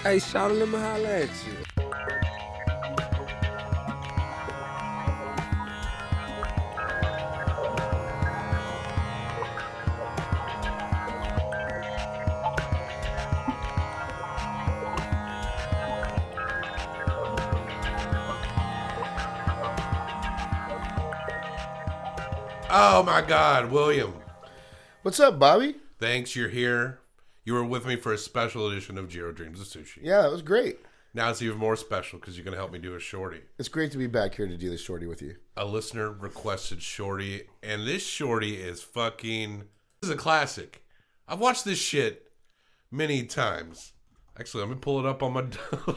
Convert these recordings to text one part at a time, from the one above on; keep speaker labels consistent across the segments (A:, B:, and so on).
A: Hey, shout let me holler at you.
B: Oh my God, William.
C: What's up, Bobby?
B: Thanks, you're here. You were with me for a special edition of Jiro Dreams of Sushi.
C: Yeah, that was great.
B: Now it's even more special because you're going to help me do a shorty.
C: It's great to be back here to do this shorty with you.
B: A listener requested shorty, and this shorty is fucking. This is a classic. I've watched this shit many times. Actually, let me pull it up on my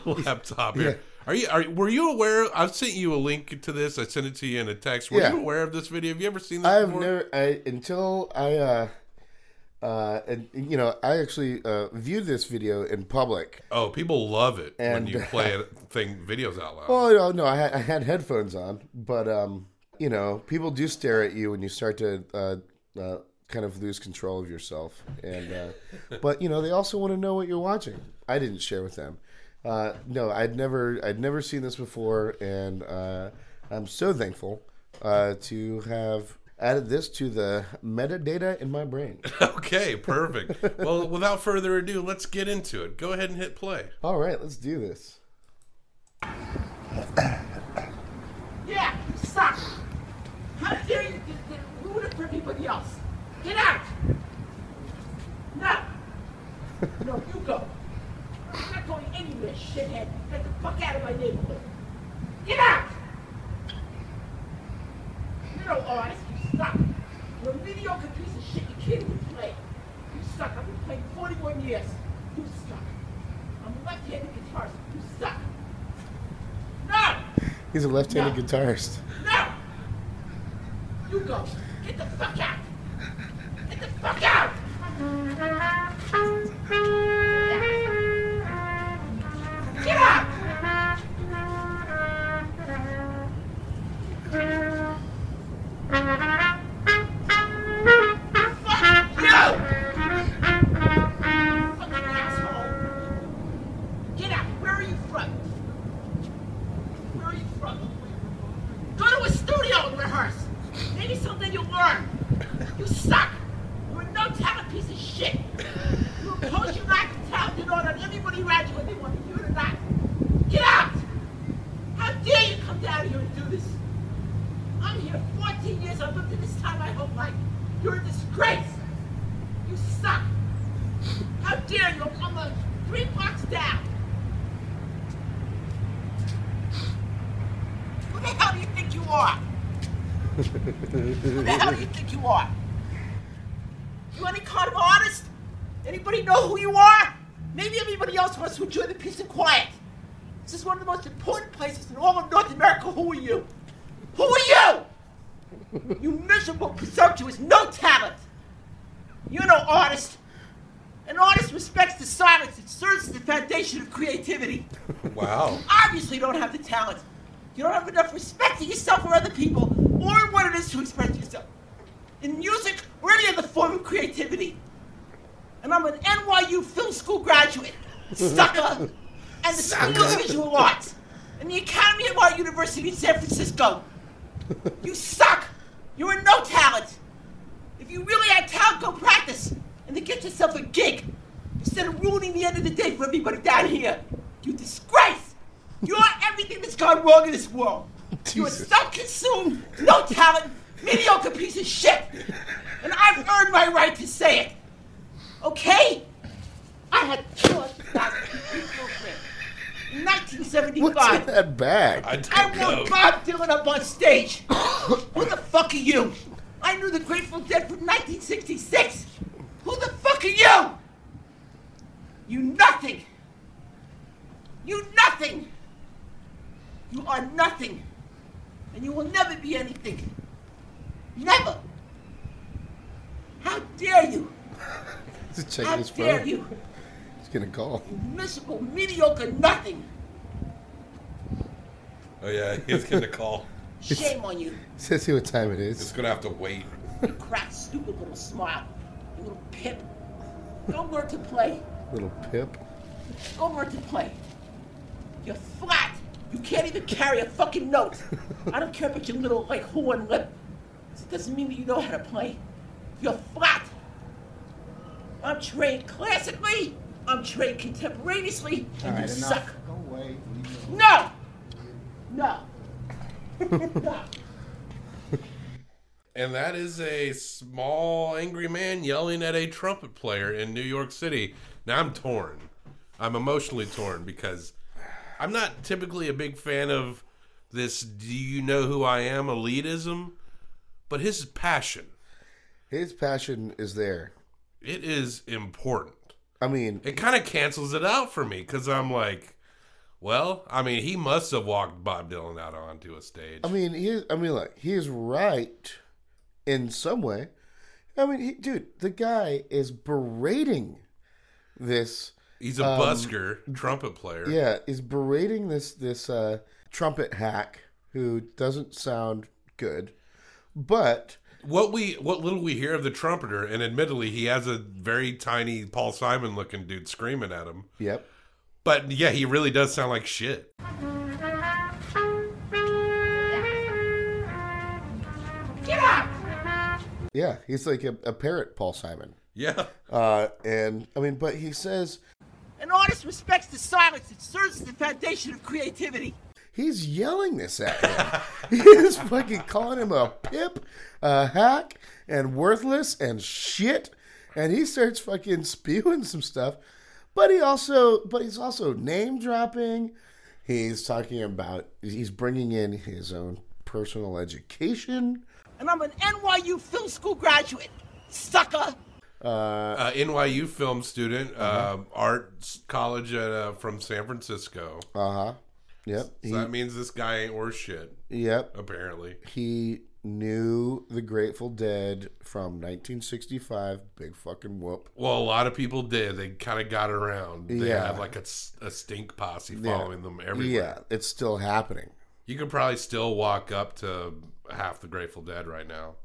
B: laptop here. Are you? Are, were you aware? I sent you a link to this. I sent it to you in a text. Were
C: Yeah.
B: you aware of this video? Have you ever seen this?
C: I've
B: before?
C: never, I until I, uh, uh, and you know, I actually uh, viewed this video in public.
B: Oh, people love it when
C: And-
B: you play it, thing videos out loud.
C: Oh no, no, I, had- I had headphones on, but um, you know, people do stare at you when you start to uh, uh, kind of lose control of yourself, and uh, but you know, they also want to know what you're watching. I didn't share with them. Uh, no, I'd never, I'd never seen this before, and uh, I'm so thankful uh, to have added this to the metadata in my brain.
B: Okay, perfect. well, without further ado, let's get into it. Go ahead and hit play.
C: All right, let's do this.
D: Yeah, stop. How dare you d- d- ruin it for everybody else? Get out. No. No, you go. I'm not going anywhere, shithead. Get the fuck out of my neighborhood. Get out. You know, all right, you suck. You're a mediocre piece of shit. You can't even play. You suck. I've been playing 41 years. You suck. I'm a left-handed guitarist. You suck. No!
C: He's a left-handed
D: No.
C: guitarist.
D: No! You go. Get the fuck out! Get the fuck out! Get out! Fuck you! Fucking asshole! Get out! Where are you from? Where are you from? Go to a studio and rehearse. Maybe something you'll learn. You suck. You're a no talent piece of shit. You're a coach you're not talented on, and everybody around you, whether they want you or not. Get out! How dare you come down here and do this? I'm here 14 years. I've lived in this town my whole life. You're a disgrace. You suck. How dare you? I'm uh, three blocks down. Who the hell do you think you are? Who the hell do you think you are? You any kind of artist? Anybody know who you are? Maybe everybody else wants to enjoy the peace and quiet. This is one of the most important places in all of North America. Who are you? Who are you? You miserable, presumptuous, no talent. You're no artist. An artist respects the silence that serves as the foundation of creativity
B: Wow.
D: obviously don't have the talent. You don't have enough respect for yourself or other people or what it is to express yourself. In music or any other form of creativity. And I'm an NYU film school graduate, sucker, and the School of Visual Arts, and the Academy of Art University in San Francisco. You suck! You're a no talent! If you really had talent, go practice and then get yourself a gig instead of ruining the end of the day for everybody down here. You disgrace! You're everything that's gone wrong in this world. You're
C: Jesus.
D: self consumed, no talent, mediocre piece of shit! And I've earned my right to say it! Okay? I had 200,000 people in 1975.
C: What's in that bag?
B: I
D: I
B: don't know.
D: want Bob Dylan up on stage. Who the fuck are you? I knew the Grateful Dead from 1966. Who the fuck are you? You nothing. You nothing. You are nothing. And you will never be anything. Never. How dare you?
C: He's
D: How
C: checking his
D: dare
C: phone.
D: you?
C: He's gonna call.
D: Miserable, mediocre, nothing.
B: Oh yeah, he's gonna call.
D: Shame on you.
C: Says see what time it
B: It's
C: is.
B: gonna have to wait.
D: crack, stupid little smile, you little pip. No word to play.
C: Little pip.
D: Go learn to play. You're flat. You can't even carry a fucking note. I don't care about your little like horn lip. It doesn't mean that you know how to play. You're flat. I'm trained classically. I'm trained contemporaneously.
E: All
D: and
E: right,
D: you
E: enough.
D: suck.
E: Go away. Leave me
D: No. No. no.
B: And that is a small angry man yelling at a trumpet player in New York City. Now I'm torn. I'm emotionally torn because I'm not typically a big fan of this do you know who I am elitism, but his passion.
C: His passion is there.
B: It is important.
C: I mean,
B: It kind of cancels it out for me because I'm like, well, I mean, he must have walked Bob Dylan out onto a stage.
C: I mean, he. I mean, like he is right in some way. I mean, he, dude, the guy is berating this.
B: He's a busker, trumpet player.
C: um, Yeah, is berating this this uh, trumpet hack who doesn't sound good, but
B: What we what little we hear of the trumpeter, and admittedly, he has a very tiny Paul Simon looking dude screaming at him.
C: yep.
B: But yeah, he really does sound like shit.
D: Get out.
C: Yeah, he's like a, a parrot, Paul Simon.
B: Yeah,
C: Uh, and I mean, but he says
D: An artist respects the silence that serves as the foundation of creativity.
C: he's yelling this at him. he is fucking calling him a pip, a hack, and worthless and shit. And he starts fucking spewing some stuff. But he also, but he's also name dropping. He's talking about he's bringing in his own personal education.
D: And I'm an NYU film school graduate. Sucker.
B: uh, NYU film student,
C: uh-huh.
B: uh, arts college at, uh, from San Francisco.
C: Uh huh. Yep.
B: so that means this guy ain't worth shit,
C: He, yep.
B: apparently.
C: He knew the Grateful Dead from 1965. Big fucking whoop.
B: Well, a lot of people did. They kind of got around. They
C: Yeah.
B: had like a, s- a stink posse following them everywhere.
C: Yeah, it's still happening.
B: You could probably still walk up to half the Grateful Dead right now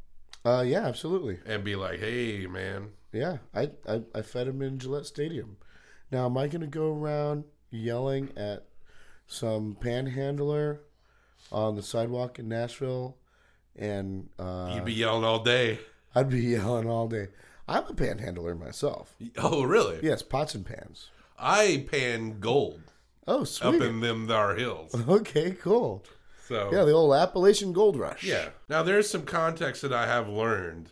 C: Uh, yeah, absolutely.
B: and be like, "Hey, man,
C: Yeah, I, I, I fed him in Gillette Stadium. Now, am I going to go around yelling at some panhandler on the sidewalk in Nashville? And uh,
B: you'd be yelling all day."
C: I'd be yelling all day. I'm a panhandler myself.
B: Oh, really?
C: Yes, pots and pans.
B: I pan gold
C: Oh,
B: up
C: sweet.
B: in them thar hills.
C: Okay, cool.
B: So
C: Yeah, the old Appalachian Gold Rush.
B: Yeah. Now there's some context that I have learned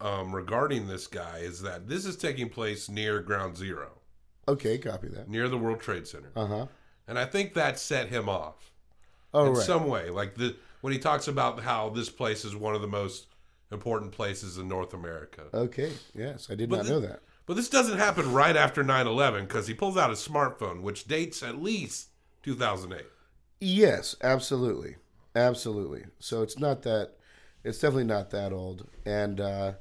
B: um, regarding this guy is that this is taking place near Ground Zero,
C: Okay, copy that.
B: near the World Trade Center,
C: Uh huh.
B: and I think that set him off
C: Oh,
B: in
C: right.
B: some way. Like the when he talks about how this place is one of the most important places in North America.
C: okay, yes, I did not
B: the-
C: know that.
B: But this doesn't happen right after 9/11 because he pulls out his smartphone, which dates at least 2008.
C: Yes, absolutely, absolutely. So it's not that. It's definitely not that old. And uh,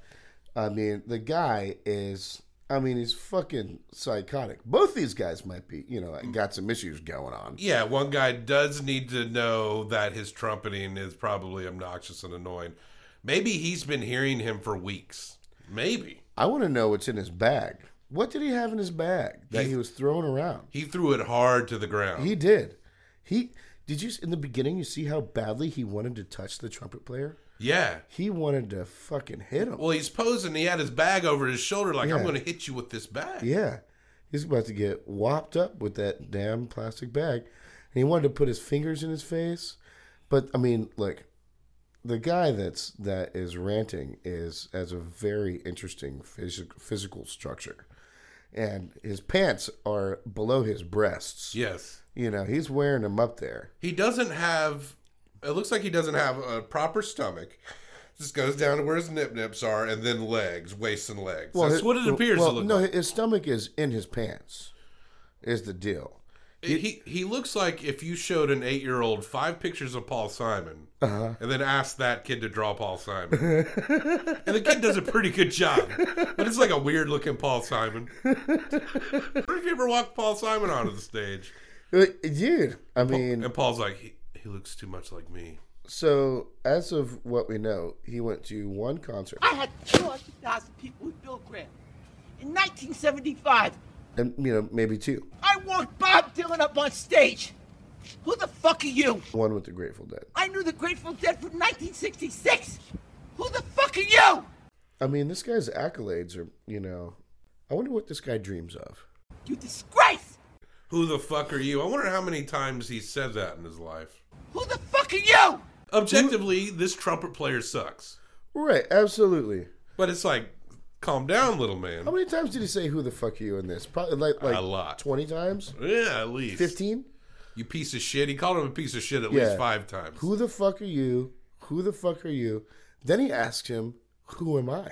C: I mean, the guy is. I mean, he's fucking psychotic. Both these guys might be. You know, got some issues going on.
B: Yeah, one guy does need to know that his trumpeting is probably obnoxious and annoying. Maybe he's been hearing him for weeks. Maybe.
C: I want to know what's in his bag. What did he have in his bag that
B: He-
C: he was throwing around?
B: He threw it hard to the ground.
C: He did. He did you in the beginning? You see how badly he wanted to touch the trumpet player.
B: yeah.
C: He wanted to fucking hit him.
B: Well, he's posing. He had his bag over his shoulder, like, I'm
C: Yeah.
B: going to hit you with this bag.
C: Yeah. He's about to get whopped up with that damn plastic bag. And he wanted to put his fingers in his face. But I mean, like, the guy that's that is ranting is has a very interesting physical physical structure. And his pants are below his breasts.
B: Yes.
C: You know, he's wearing them up there.
B: He doesn't have, it looks like he doesn't have a proper stomach. Just goes down to where his nip nips are and then legs, waist and legs. That's
C: his-
B: what it appears
C: well,
B: to look
C: no,
B: like.
C: his stomach is in his pants. Is the deal.
B: he he looks like if you showed an eight year old five pictures of Paul Simon
C: Uh-huh.
B: and then asked that kid to draw Paul Simon, and the kid does a pretty good job, but it's like a weird looking Paul Simon. what if you ever walked Paul Simon onto the stage
C: Uh, Dude, I mean
B: and Paul's like, he, he looks too much like me.
C: So, as of what we know, he went to one concert.
D: I had 200,000 people with Bill Graham. In 1975,
C: and you know maybe two.
D: I walked Bob Dylan up on stage. Who the fuck are you?
C: One with the Grateful Dead.
D: I knew the Grateful Dead from 1966. Who the fuck are you?
C: I mean, this guy's accolades are you know. I wonder what this guy dreams of.
D: You disgrace.
B: Who the fuck are you? I wonder how many times he said that in his life.
D: Who the fuck are you?
B: Objectively, this trumpet player sucks.
C: Right, absolutely.
B: But it's like, calm down, little man.
C: How many times did he say "Who the fuck are you" in this? Probably like like
B: A lot.
C: twenty times,
B: Yeah, at least.
C: fifteen.
B: You piece of shit. He called him a piece of shit at
C: Yeah.
B: least five times.
C: Who the fuck are you? Who the fuck are you? Then he asked him, "Who am I?"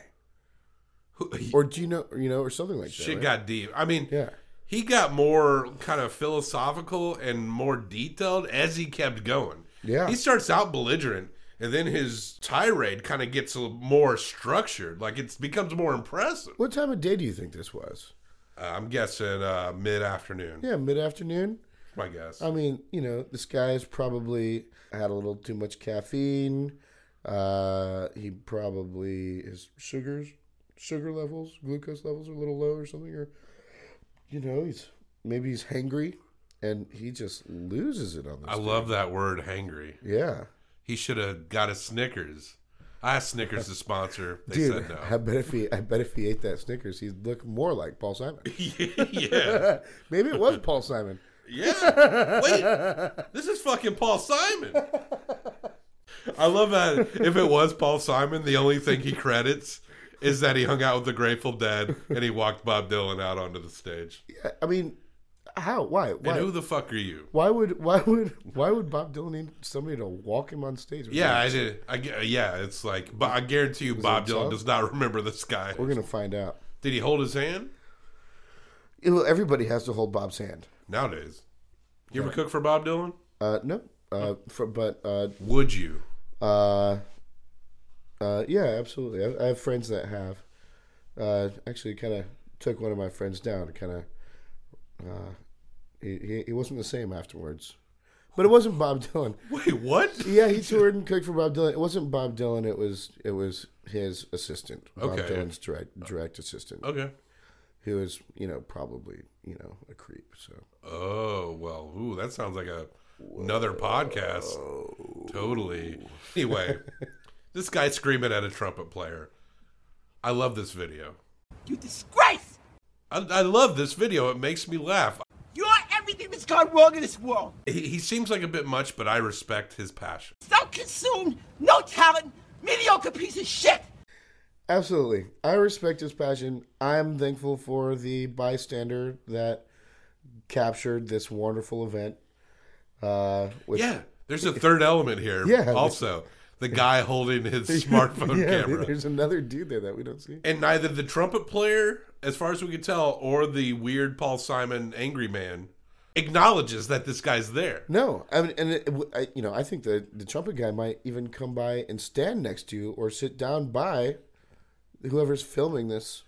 B: Who- he-
C: Or do you know? You know, or something like
B: shit
C: that. right?
B: got deep. I mean,
C: Yeah.
B: he got more kind of philosophical and more detailed as he kept going.
C: Yeah.
B: He starts out belligerent and then his tirade kind of gets a little more structured. Like it becomes more impressive.
C: What time of day do you think this was?
B: Uh, I'm guessing uh, mid afternoon.
C: Yeah, Um, mid afternoon.
B: My guess.
C: I mean, you know, this guy's probably had a little too much caffeine. Uh, he probably his sugars, sugar levels, glucose levels are a little low or something, or you know, he's maybe he's hangry, and he just loses it on this.
B: I love that word, hangry.
C: yeah,
B: He should have got a Snickers. I asked Snickers to sponsor. They
C: dude.
B: said no.
C: I bet if he, I bet if he ate that Snickers, he'd look more like Paul Simon.
B: yeah.
C: maybe it was Paul Simon.
B: Yeah. Wait. This is fucking Paul Simon. I love that if it was Paul Simon, the only thing he credits is that he hung out with the Grateful Dead and he walked Bob Dylan out onto the stage.
C: Yeah, I mean, how? Why? Why?
B: And who the fuck are you?
C: why would why would why would Bob Dylan need somebody to walk him on stage? with
B: Yeah, I did. I, gu- yeah, it's like, but I guarantee you, Bob
C: it
B: Dylan
C: Bob?
B: does not remember this guy.
C: We're gonna find out.
B: Did he hold his hand?
C: Well, everybody has to hold Bob's hand.
B: Nowadays, you ever cook for Bob Dylan?
C: Uh, no, uh, for, but uh,
B: Would you?
C: uh, uh, yeah, absolutely. I, I have friends that have. Uh, actually, kind of took one of my friends down. Kind of, uh, he, he he wasn't the same afterwards. But it wasn't Bob Dylan.
B: Wait, what?
C: Yeah, he toured and cooked for Bob Dylan. It wasn't Bob Dylan. It was it was his assistant, Bob
B: Okay.
C: Dylan's direct direct assistant,
B: Okay.
C: who is you know probably you know a creep. So
B: Oh well, ooh, that sounds like a another podcast. Totally. Anyway, this guy screaming at a trumpet player. I love this video.
D: You disgrace.
B: I, I love this video. It makes me laugh.
D: You're everything that's gone wrong in this world.
B: He, he seems like a bit much, but I respect his passion.
D: Self-consumed, no talent, mediocre piece of shit.
C: absolutely, I respect his passion. I'm thankful for the bystander that captured this wonderful event. Uh, with,
B: Yeah, there's a third element here.
C: Yeah.
B: Also, the guy holding his smartphone
C: Yeah,
B: camera.
C: there's another dude there that we don't see.
B: And neither the trumpet player, as far as we can tell, or the weird Paul Simon angry man acknowledges that this guy's there.
C: No, I mean, and it, I, you know, I think the the trumpet guy might even come by and stand next to you or sit down by whoever's filming this.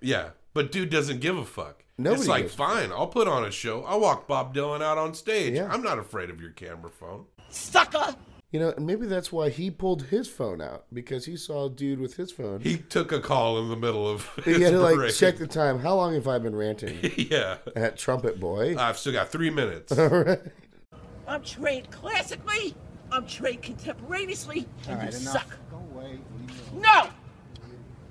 B: Yeah, but dude doesn't give a fuck.
C: Nobody
B: it's like,
C: gives a
B: fine, I'll put on a show. I'll walk Bob Dylan out on stage.
C: Yeah.
B: I'm not afraid of your camera phone.
D: Sucker.
C: You know, and maybe that's why he pulled his phone out because he saw a dude with his phone.
B: He took a call in the middle of his
C: he had to like
B: parade.
C: check the time. How long have I been ranting
B: yeah,
C: at Trumpet Boy?
B: I've still got three minutes.
D: I'm trained classically. I'm trained contemporaneously. And you suck. No.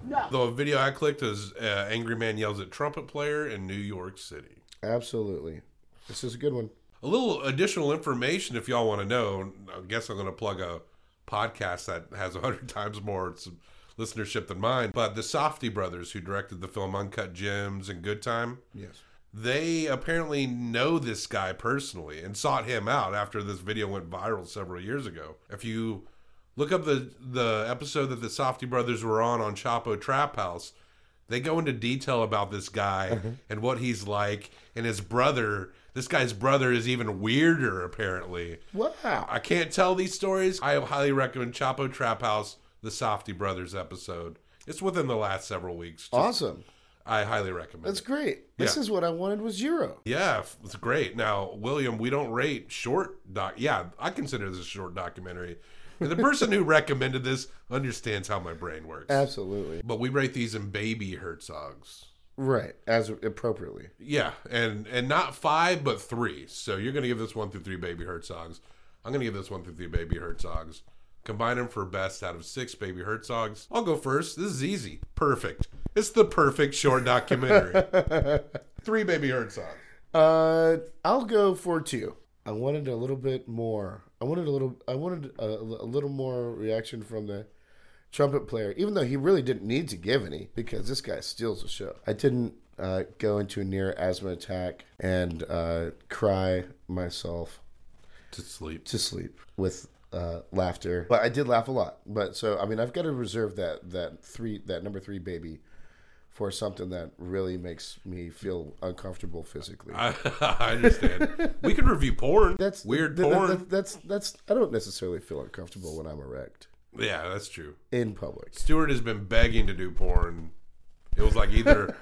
D: No.
B: the video I clicked is uh, Angry Man yells at trumpet player in New York City.
C: Absolutely, this is a good one.
B: A little additional information if y'all want to know. I guess I'm going to plug a podcast that has 100 times more s- listenership than mine. But the Softy brothers, who directed the film Uncut Gems and Good Time,
C: Yes.
B: they apparently know this guy personally and sought him out after this video went viral several years ago. If you look up the the episode that the Softy brothers were on on Chapo Trap House, they go into detail about this guy
C: Mm-hmm.
B: and what he's like and his brother. This guy's brother is even weirder apparently.
C: Wow.
B: I can't tell these stories. I highly recommend Chapo Trap House, the Softy brothers episode. It's within the last several weeks. Just-
C: Awesome.
B: I highly recommend.
C: That's
B: it.
C: great. This
B: Yeah.
C: is what I wanted was Euro.
B: Yeah, f- it's great. Now, William, we don't rate short doc. Yeah, I consider this a short documentary. And the person who recommended this understands how my brain works.
C: Absolutely.
B: But we rate these in baby Herzogs.
C: right as appropriately.
B: Yeah, and and not five, but three. So you're gonna give this one through three Baby Herzogs. I'm gonna give this one through three Baby Herzogs. Combine them for best out of six Baby Herzogs. I'll go first. This is easy. Perfect. It's the perfect short documentary. three Baby Herzogs.
C: Uh, I'll go for two. I wanted a little bit more. I wanted a little. I wanted a, a little more reaction from the trumpet player, even though he really didn't need to give any because this guy steals the show. I didn't uh, go into a near asthma attack and uh, cry myself
B: To sleep.
C: to sleep with uh, laughter. But I did laugh a lot. But so I mean, I've got to reserve that that three that number three baby for something that really makes me feel uncomfortable physically.
B: I, I understand. we could review porn.
C: that's
B: weird
C: th- th-
B: porn.
C: th- that's that's I don't necessarily feel uncomfortable when I'm erect
B: yeah, that's true.
C: in public.
B: Stewart has been begging to do porn. It was like either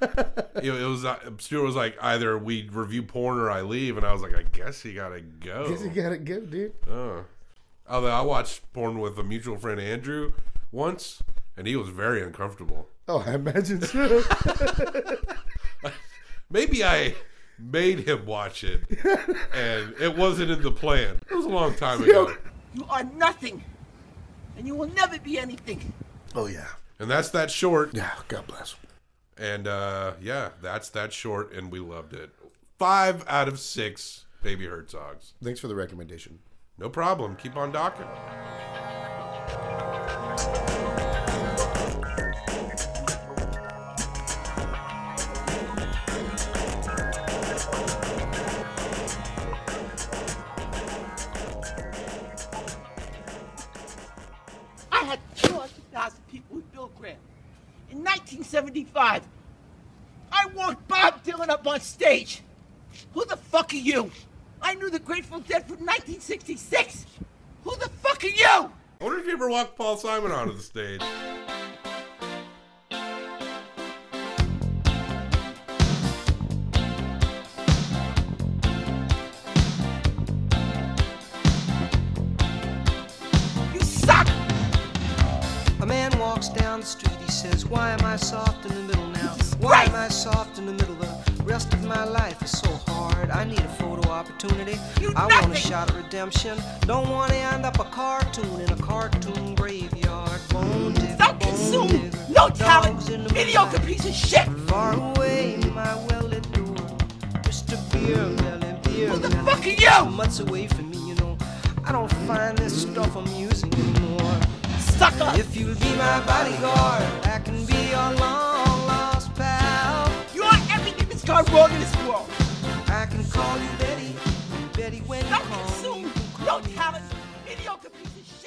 B: it, it was uh, Stewart was like either we review porn or I leave, and I was like, I guess you gotta go.
C: You got it good, dude.
B: Oh. Although I watched porn with a mutual friend Andrew once, and he was very uncomfortable.
C: Oh, I imagine so.
B: Maybe I made him watch it, and it wasn't in the plan. It was a long time ago,
D: You are nothing, and you will never be anything.
C: oh yeah.
B: and that's that short.
C: Yeah. God bless.
B: And uh, yeah, that's that short, and we loved it. Five out of six, baby Herzogs.
C: Thanks for the recommendation.
B: No problem. Keep on docking.
D: I had 200,000 people with Bill Graham. In 1975, I walked Bob Dylan up on stage. Who the fuck are you? I knew the Grateful Dead from 1966. Who the fuck are you?
B: I wonder if you ever walked Paul Simon onto the stage.
D: You suck.
E: A man walks down the street, he says, Why am I soft in the middle now? Why am I soft in the middle? The rest of my life is so hard. I need a photo opportunity.
D: You
E: I want a
D: nothing.
E: shot at redemption. Don't want to end up a cartoon in a cartoon graveyard. Bone digger,
D: Don't
E: bone
D: consume.
E: digger,
D: No talent.
E: dogs in the
D: Mediocre
E: moonlight.
D: piece of shit.
E: Far away, my well-lit door. Just a beer belly, beer
D: Who the
E: belly.
D: fuck are you?
E: Months away from me, you know. I don't find this stuff amusing anymore.
D: Suck up.
E: If you'll be my bodyguard, I can be your long lost pal.
D: You are everything that's gone wrong in this world.
E: I can call you Betty, Betty when you
D: Don't
E: call.
D: consume.
E: you can call
D: No
E: me
D: talent. Mediocre piece of shit.